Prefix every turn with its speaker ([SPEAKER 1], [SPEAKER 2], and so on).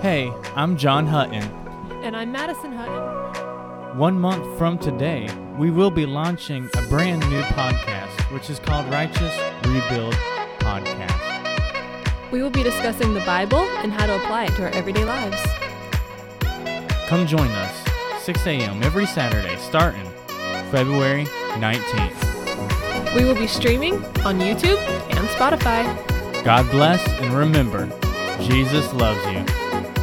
[SPEAKER 1] Hey, I'm John Hutton.
[SPEAKER 2] And I'm Madison Hutton.
[SPEAKER 1] One month from today, we will be launching a brand new podcast, which is called Righteous Rebuild Podcast.
[SPEAKER 2] We will be discussing the Bible and how to apply it to our everyday lives.
[SPEAKER 1] Come join us, 6 a.m. every Saturday, starting February 19th.
[SPEAKER 2] We will be streaming on YouTube and Spotify.
[SPEAKER 1] God bless, and remember, Jesus loves you.